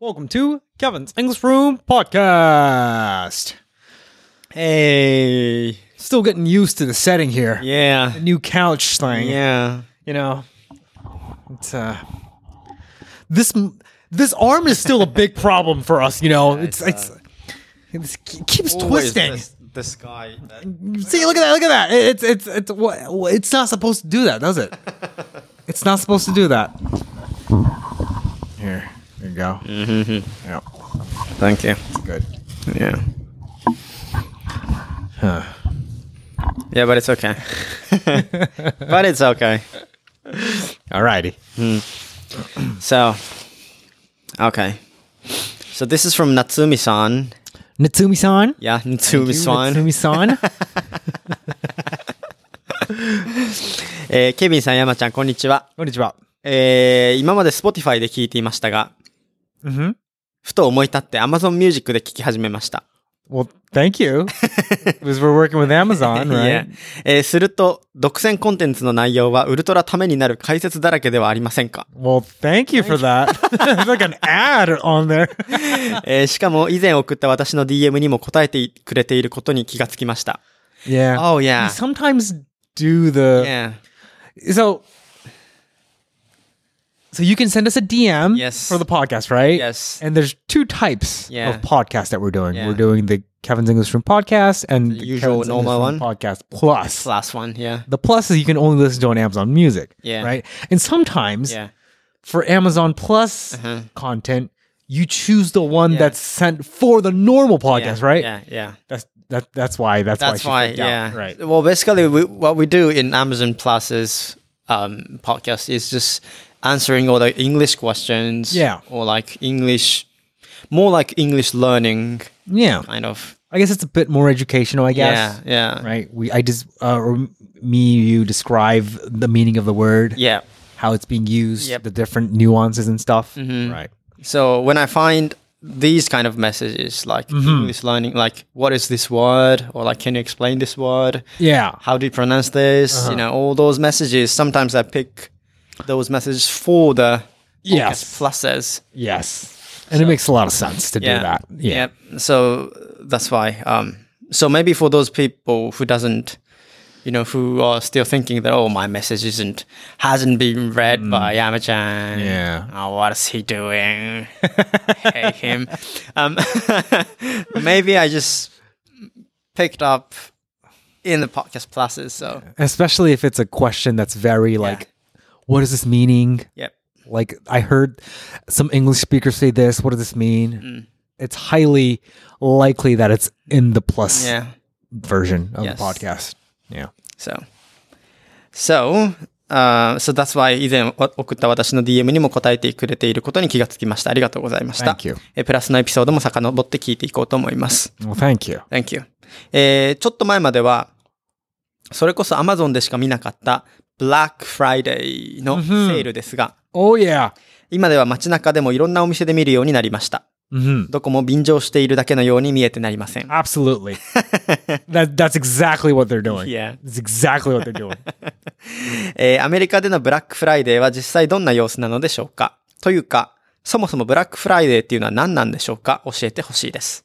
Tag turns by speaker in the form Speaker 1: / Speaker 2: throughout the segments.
Speaker 1: Welcome to Kevin's English Room Podcast. Hey. Still getting used to the setting here.
Speaker 2: Yeah.
Speaker 1: The new couch thing.
Speaker 2: Yeah.
Speaker 1: You know, it's, uh, this this arm is still a big problem for us. You know, it's it's, it's it keeps twisting.
Speaker 2: This, this guy. that-
Speaker 1: See, look at that! Look at that! It- It's it's it's what it's not supposed to do that, does it? It's not supposed to do that. Here, there you go. Yeah,
Speaker 2: Thank you.
Speaker 1: good.
Speaker 2: Yeah. Yeah, but it's okay. but it's okay.
Speaker 1: Alrighty.
Speaker 2: So, okay. So this is from Natsumi-san.
Speaker 1: Natsumi-san.
Speaker 2: Yeah, Natsumi-san.
Speaker 1: Natsumi-san.
Speaker 2: えーケビンさん、山ちゃん、こんにちは。
Speaker 1: こんにちは。
Speaker 2: えー今まで Spotify で聞いていましたが、
Speaker 1: Mm-hmm.
Speaker 2: ふと思い立って Amazon Music で聞き始めました。
Speaker 1: Well, thank you. because we're working with Amazon, right?
Speaker 2: えーすると、独占コンテンツの内容はウルトラためになる解説だらけではありません か
Speaker 1: Well, thank you for that. It's like an ad on there.
Speaker 2: えーしかも以前送った私の DM にも答えてくれていることに気がつきました。
Speaker 1: Yeah.
Speaker 2: Oh,
Speaker 1: We
Speaker 2: yeah.
Speaker 1: sometimes do the
Speaker 2: Yeah.
Speaker 1: so. So you can send us a DM
Speaker 2: Yes.
Speaker 1: for the podcast, right?
Speaker 2: Yes.
Speaker 1: And there's two types
Speaker 2: Yeah.
Speaker 1: of podcast that we're doing.
Speaker 2: Yeah.
Speaker 1: We're doing the Kevin's English Room podcast and the,
Speaker 2: usual
Speaker 1: Kevin's English
Speaker 2: normal
Speaker 1: Room
Speaker 2: one.
Speaker 1: podcast plus.
Speaker 2: Last one. Yeah.
Speaker 1: The plus is you can only listen to on Amazon Music,
Speaker 2: Yeah.
Speaker 1: right? And sometimes
Speaker 2: Yeah.
Speaker 1: for Amazon Plus
Speaker 2: Uh-huh.
Speaker 1: content, you choose the one
Speaker 2: Yeah.
Speaker 1: that's sent for the normal podcast,
Speaker 2: yeah,
Speaker 1: right?
Speaker 2: Yeah. Yeah.
Speaker 1: That's that. That's why. That's,
Speaker 2: That's
Speaker 1: why.
Speaker 2: why.
Speaker 1: she freaked out,
Speaker 2: Yeah.
Speaker 1: Right.
Speaker 2: Well, basically, we, what we do in Amazon Plus is um, podcast is just answering all the English questions.
Speaker 1: Yeah.
Speaker 2: Or like English, more like English learning
Speaker 1: Yeah.
Speaker 2: kind of.
Speaker 1: I guess it's a bit more educational. I guess.
Speaker 2: Yeah. Yeah.
Speaker 1: Right. We. I just. Uh, or me. You describe the meaning of the word.
Speaker 2: Yeah.
Speaker 1: How it's being used.
Speaker 2: Yep. Mm-hmm.
Speaker 1: The different nuances and stuff. Right.
Speaker 2: So when I find these kind of messages, like
Speaker 1: Mm-hmm.
Speaker 2: English learning, like what is this word, or like can you explain this word?
Speaker 1: Yeah.
Speaker 2: How do you pronounce this?
Speaker 1: Uh-huh.
Speaker 2: You know, all those messages. Sometimes I pick those messages for the
Speaker 1: Yes.
Speaker 2: pluses.
Speaker 1: Yes. And it makes a lot of sense to do that. Yeah.
Speaker 2: Yep. So that's why. Um. So maybe for those people who doesn't, you know, who are still thinking that oh my message isn't hasn't been read by Yamachan.
Speaker 1: Mm. Yeah.
Speaker 2: Oh, what is he doing? I hate him. Um. maybe I just picked up in the podcast pluses. So
Speaker 1: Especially if it's a question that's very like, what is this meaning?
Speaker 2: yep.
Speaker 1: Like I heard some English speakers say this. What does this mean?
Speaker 2: Mm.
Speaker 1: It's highly likely that it's in the plus
Speaker 2: Yeah.
Speaker 1: version of
Speaker 2: Yes.
Speaker 1: the podcast. Yeah.
Speaker 2: So, so, uh, so that's why 以前お送った私の DM にも答えてくれていることに気がつきました。ありがとうございました。
Speaker 1: Thank you.
Speaker 2: えプラスのエピソードも遡って聞いていこうと思います。
Speaker 1: Well, thank you.
Speaker 2: Thank you. えーちょっと前までは、それこそ Amazon でしか見なかった Black Friday のセールですが、
Speaker 1: Oh yeah.
Speaker 2: 今では街中でもいろんなお店で見るようになりました。
Speaker 1: hmm
Speaker 2: どこも便乗しているだけのように見えてなりません。
Speaker 1: Absolutely. that that's exactly what they're doing.
Speaker 2: Yeah.
Speaker 1: It's exactly what they're doing.
Speaker 2: えーアメリカでのブラックフライデーは実際どんな様子なのでしょうかというか、そもそもブラックフライデーっていうのは何なんでしょうか教えてほしいです。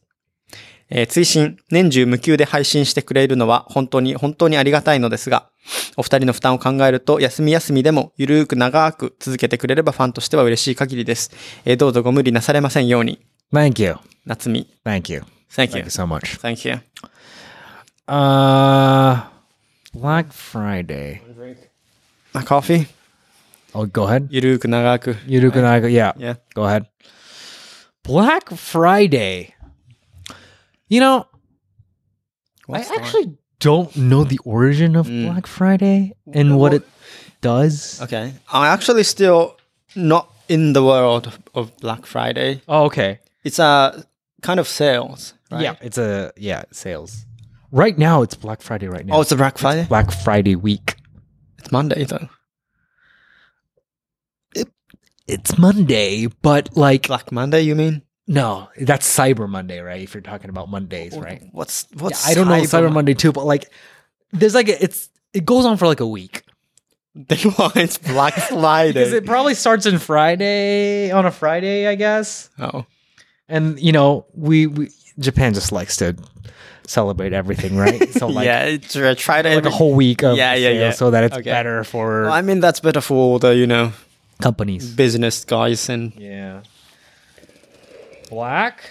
Speaker 2: えー追伸、年中無休で配信してくれるのは本当に本当にありがたいのですが、お二人の負担を考えると、休み休みでもゆるーく長く続けてくれればファンとしては嬉しい限りです。えーどうぞご無理なされませんように。
Speaker 1: thank you.
Speaker 2: 夏美。
Speaker 1: Thank you.
Speaker 2: Thank
Speaker 1: Thank
Speaker 2: you.
Speaker 1: you so much.
Speaker 2: Thank you.
Speaker 1: Uh Black Friday.
Speaker 2: A coffee?
Speaker 1: Oh, go ahead.
Speaker 2: ゆるーく長く。
Speaker 1: You can I go. Yeah.
Speaker 2: Yeah.
Speaker 1: Go ahead. Black Friday. You know,
Speaker 2: What's
Speaker 1: I
Speaker 2: that? Mm.
Speaker 1: actually don't know the origin of Black Friday and what it does.
Speaker 2: Okay. I'm actually still not in the world of Black Friday.
Speaker 1: Oh, okay.
Speaker 2: It's a kind of sales, right?
Speaker 1: Yeah, it's a yeah sales. Right now, it's Black Friday. Right now,
Speaker 2: Oh, it's a Black Friday?
Speaker 1: Black Friday week.
Speaker 2: It's Monday, though.
Speaker 1: It's Monday, but like
Speaker 2: Black Monday, you mean?
Speaker 1: no, that's Cyber Monday, right? If you're talking about Mondays, right?
Speaker 2: Oh, What's
Speaker 1: Yeah,
Speaker 2: what's
Speaker 1: I don't know
Speaker 2: Cyber
Speaker 1: Cyber
Speaker 2: Mon-
Speaker 1: Monday too, but like there's like a, it's it goes on for like a week.
Speaker 2: They want it's Black Friday.
Speaker 1: Because it probably starts on Friday, on a Friday, I guess.
Speaker 2: oh.
Speaker 1: And you know, we, we Japan just likes to celebrate everything, right? So like
Speaker 2: yeah, it's, uh, try to
Speaker 1: like a whole week of
Speaker 2: Yeah, yeah,
Speaker 1: sales
Speaker 2: yeah.
Speaker 1: so that it's
Speaker 2: Okay.
Speaker 1: better for
Speaker 2: I mean, that's better for all the you know
Speaker 1: companies.
Speaker 2: business guys and
Speaker 1: Yeah. Black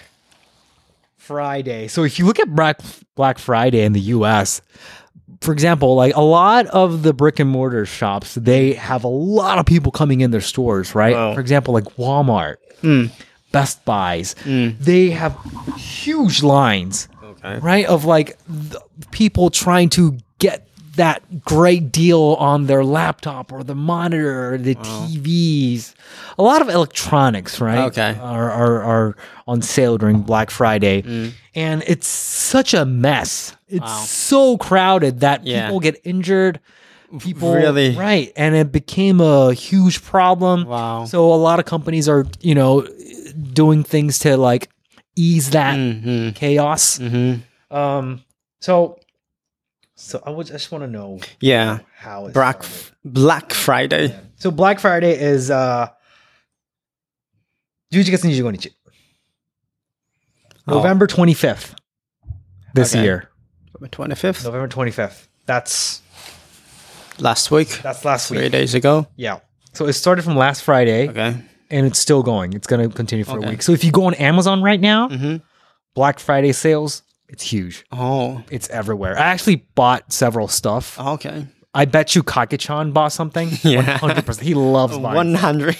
Speaker 1: Friday. So if you look at Black Black Friday in the US, for example, like a lot of the brick and mortar shops, they have a lot of people coming in their stores, right?
Speaker 2: Wow.
Speaker 1: For example, like Walmart, Best Buys, they have huge lines,
Speaker 2: Okay.
Speaker 1: right? Of like th- people trying to get that great deal on their laptop or the monitor, or the TVs. A lot of electronics, right?
Speaker 2: Okay.
Speaker 1: Are, are, are on sale during Black Friday.
Speaker 2: Mm.
Speaker 1: And it's such a mess. It's so crowded that
Speaker 2: Yeah.
Speaker 1: people get injured. People
Speaker 2: Really?
Speaker 1: right, and it became a huge problem.
Speaker 2: Wow.
Speaker 1: So a lot of companies are, you know, doing things to like ease that
Speaker 2: hmm
Speaker 1: chaos.
Speaker 2: hmm
Speaker 1: Um. So, so I would I just want to know
Speaker 2: yeah,
Speaker 1: how it
Speaker 2: Black
Speaker 1: started.
Speaker 2: Black Friday.
Speaker 1: So Black Friday is uh11月25日。
Speaker 2: Oh.
Speaker 1: November 25th this
Speaker 2: Okay.
Speaker 1: year.
Speaker 2: Twenty fifth
Speaker 1: November 25th. That's
Speaker 2: last week,
Speaker 1: that's last
Speaker 2: three
Speaker 1: week.
Speaker 2: days ago.
Speaker 1: Yeah. So it started from last Friday
Speaker 2: Okay.
Speaker 1: and it's still going. It's going to continue for
Speaker 2: Okay.
Speaker 1: a week. So if you go on Amazon right now,
Speaker 2: Mhm.
Speaker 1: Black Friday sales, it's huge.
Speaker 2: Oh.
Speaker 1: It's everywhere. I actually bought several stuff.
Speaker 2: Okay.
Speaker 1: I bet you Kakechan bought something.
Speaker 2: Yeah.
Speaker 1: 100%. He loves buying.
Speaker 2: 100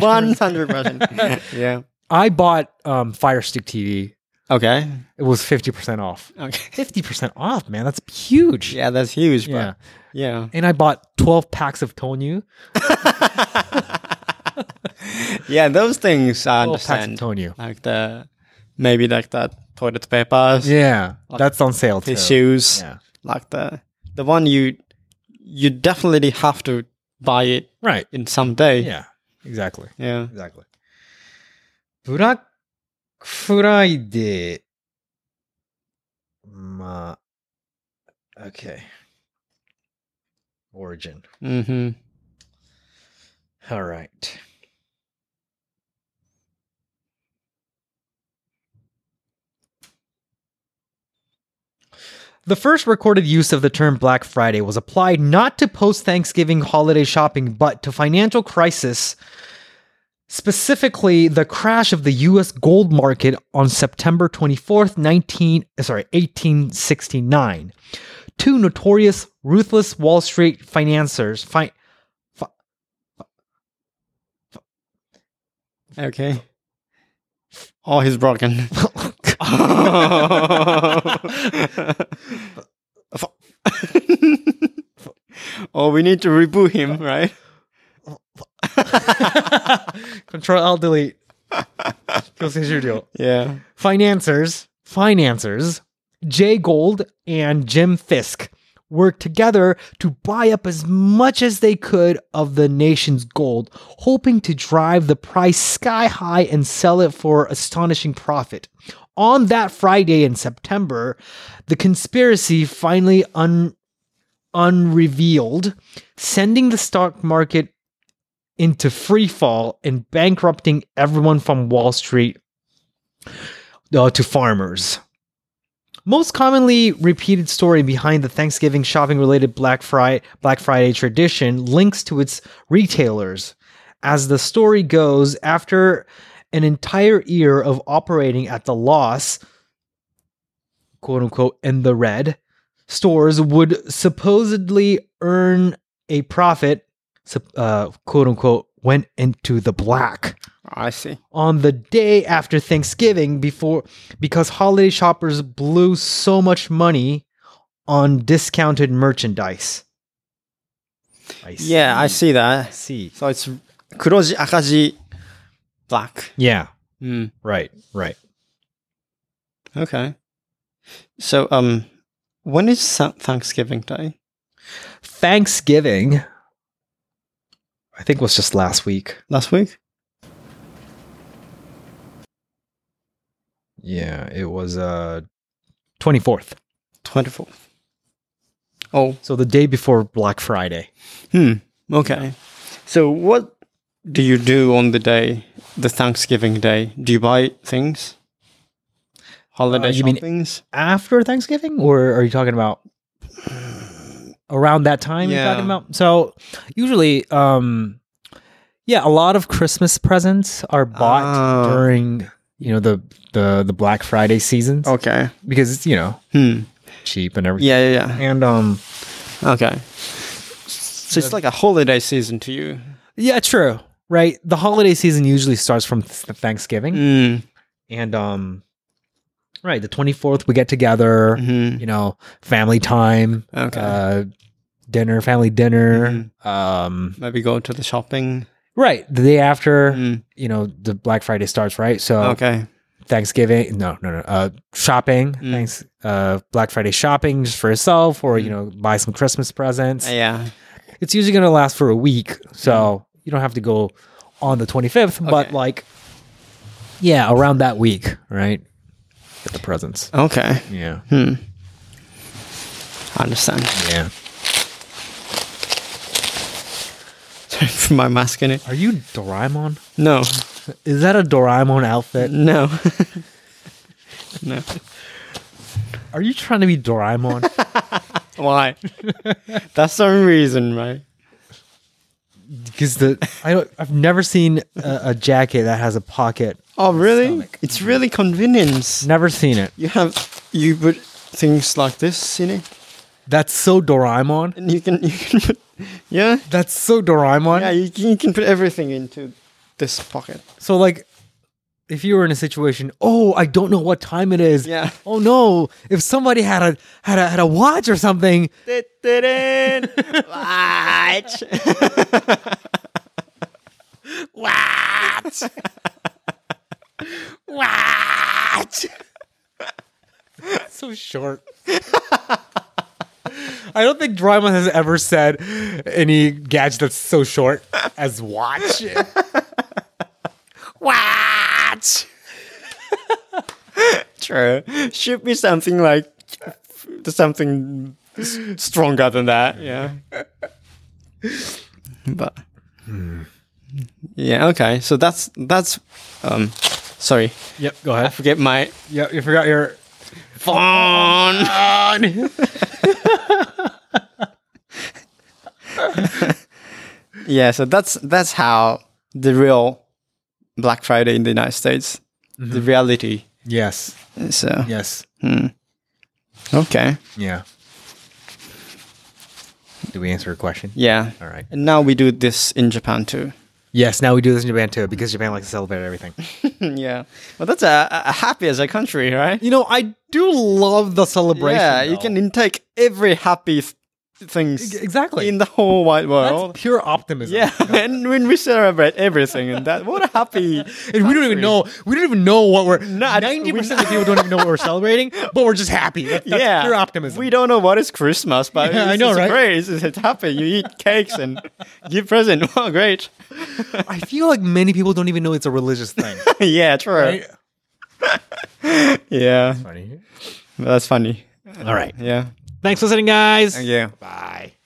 Speaker 2: 100 percent. Yeah.
Speaker 1: I bought um, Fire Stick TV.
Speaker 2: Okay.
Speaker 1: It was 50% off.
Speaker 2: Okay.
Speaker 1: 50% off, man. That's huge.
Speaker 2: Yeah, that's huge, bro.
Speaker 1: Yeah.
Speaker 2: Yeah. Yeah.
Speaker 1: And I bought 12 packs of Tonyu.
Speaker 2: those things I
Speaker 1: 12 packs of
Speaker 2: understand.
Speaker 1: Tonyu.
Speaker 2: Like the maybe like the toilet papers,
Speaker 1: Yeah. That's on sale too.
Speaker 2: tissues,
Speaker 1: Yeah.
Speaker 2: like the the one you you definitely have to buy it
Speaker 1: Right.
Speaker 2: in some day.
Speaker 1: Yeah. Exactly.
Speaker 2: Yeah.
Speaker 1: Exactly. ブラックフライデー。まあ、OK。Origin.
Speaker 2: Mhm.
Speaker 1: All right. The first recorded use of the term Black Friday was applied not to post Thanksgiving holiday shopping, but to financial crisis, specifically the crash of the US gold market on September 24th, 19, sorry, 1869. Two notorious, ruthless Wall Street financiers, fi-
Speaker 2: Okay. Oh, he's broken. oh, we need to reboot him, right?
Speaker 1: Control L delete. 強制終了。
Speaker 2: Yeah.
Speaker 1: Financiers, financiers, Jay Gold and Jim Fisk worked together to buy up as much as they could of the nation's gold, hoping to drive the price sky high and sell it for astonishing profit. On that Friday in September, the conspiracy finally un- unrevealed, sending the stock market into free fall and bankrupting everyone from Wall Street uh, to farmers. Most commonly repeated story behind the Thanksgiving shopping related Black Friday, Black Friday tradition links to its retailers. As the story goes, after an entire year of operating at the loss, quote unquote, in the red, stores would supposedly earn a profit, sup- uh, quote unquote, went into the black
Speaker 2: I see.
Speaker 1: on the day after Thanksgiving before because holiday shoppers blew so much money on discounted merchandise. I see.
Speaker 2: Yeah, I see that.
Speaker 1: see.
Speaker 2: So it's kuroji akaji black.
Speaker 1: Yeah,
Speaker 2: Mm.
Speaker 1: right, right.
Speaker 2: Okay. So um when is Sa- Thanksgiving Day?
Speaker 1: Thanksgiving I think was just last week.
Speaker 2: Last week?
Speaker 1: Yeah, it was uh 24th.
Speaker 2: 24th. Oh.
Speaker 1: So the day before Black Friday.
Speaker 2: Hmm. Okay. So what do you do on the day, the Thanksgiving day? Do you buy things? Holiday
Speaker 1: Uh, you mean-
Speaker 2: shoppings?
Speaker 1: after Thanksgiving, or are you talking about around that time
Speaker 2: Yeah.
Speaker 1: you're talking about? So usually, um, yeah, a lot of Christmas presents are bought
Speaker 2: Ah.
Speaker 1: during you know the the the Black Friday seasons
Speaker 2: okay.
Speaker 1: because it's you know
Speaker 2: Hmm.
Speaker 1: cheap and everything.
Speaker 2: Yeah, yeah,
Speaker 1: And um,
Speaker 2: yeah. Okay. So it's like a holiday season to you.
Speaker 1: yeah, true. Right, the holiday season usually starts from th- Thanksgiving,
Speaker 2: Mm.
Speaker 1: and um, right, the twenty fourth we get together.
Speaker 2: hmm
Speaker 1: You know, family time.
Speaker 2: Okay.
Speaker 1: uh, dinner, family dinner.
Speaker 2: Mm-hmm.
Speaker 1: Um,
Speaker 2: Maybe go to the shopping.
Speaker 1: right, the day after,
Speaker 2: Mm.
Speaker 1: you know, the Black Friday starts, right? So
Speaker 2: Okay.
Speaker 1: Thanksgiving, no, no, no, uh, shopping,
Speaker 2: Mm.
Speaker 1: thanks, uh, Black Friday shopping just for yourself, or you know, buy some Christmas presents.
Speaker 2: Yeah.
Speaker 1: It's usually gonna last for a week, so you don't have to go on the twenty fifth, but
Speaker 2: Mm. Okay.
Speaker 1: like, yeah, around that week, right? Get the presents.
Speaker 2: Okay. Hmm.
Speaker 1: Yeah,
Speaker 2: I understand.
Speaker 1: yeah.
Speaker 2: For my mask in it.
Speaker 1: Are you Doraemon?
Speaker 2: No.
Speaker 1: Is that a Doraemon outfit?
Speaker 2: No. no.
Speaker 1: Are you trying to be Doraemon?
Speaker 2: Why? That's the only reason, right?
Speaker 1: because the I don't, I've never seen a, a jacket that has a pocket.
Speaker 2: Oh, really?
Speaker 1: stomach.
Speaker 2: It's really convenience.
Speaker 1: Never seen it.
Speaker 2: You have you put things like this in it,
Speaker 1: That's so Doraemon.
Speaker 2: and you can you can put yeah
Speaker 1: That's so Doraemon.
Speaker 2: yeah you can, you can put everything into this pocket.
Speaker 1: So like, if you were in a situation, oh, I don't know what time it is.
Speaker 2: Yeah.
Speaker 1: Oh no! If somebody had a had a had a watch or something,
Speaker 2: Watch. Watch. Watch.
Speaker 1: so short. I don't think Doraemon has ever said any gadget that's so short as watch.
Speaker 2: Watch. True. Should be something like something s- stronger than that. Yeah. But yeah. Okay. So that's that's. Um, sorry.
Speaker 1: yep. Go
Speaker 2: I
Speaker 1: ahead.
Speaker 2: forget my
Speaker 1: Yep. You forgot your
Speaker 2: phone. Yeah. So that's that's how the real Black Friday in the United States,
Speaker 1: Mm-hmm.
Speaker 2: the reality.
Speaker 1: yes.
Speaker 2: So
Speaker 1: Yes.
Speaker 2: okay.
Speaker 1: Yeah. Do we answer a question?
Speaker 2: Yeah.
Speaker 1: All right.
Speaker 2: And now we do this in Japan too.
Speaker 1: Yes, now we do this in Japan too because Japan likes to celebrate everything.
Speaker 2: yeah. Well, that's a, a happy as a country, right?
Speaker 1: You know, I do love the celebration.
Speaker 2: Yeah, you can intake every happy th- things
Speaker 1: E- exactly.
Speaker 2: in the whole wide
Speaker 1: That's
Speaker 2: world.
Speaker 1: pure optimism.
Speaker 2: yeah, and when we celebrate everything and that, what a happy!
Speaker 1: And we don't even know we don't even know what we're
Speaker 2: I-
Speaker 1: ninety percent of the people don't even know what we're celebrating, but we're just happy. That- that's
Speaker 2: yeah,
Speaker 1: pure optimism.
Speaker 2: We don't know what is Christmas, but
Speaker 1: Yeah,
Speaker 2: it's,
Speaker 1: I know,
Speaker 2: it's
Speaker 1: right?
Speaker 2: great. It's, it's happy. You eat cakes and give present. Wow, great!
Speaker 1: I feel like many people don't even know it's a religious thing.
Speaker 2: yeah, true.
Speaker 1: Right?
Speaker 2: Yeah,
Speaker 1: Funny.
Speaker 2: that's funny.
Speaker 1: All right.
Speaker 2: Yeah,
Speaker 1: Thanks for listening, guys.
Speaker 2: yeah.
Speaker 1: Bye.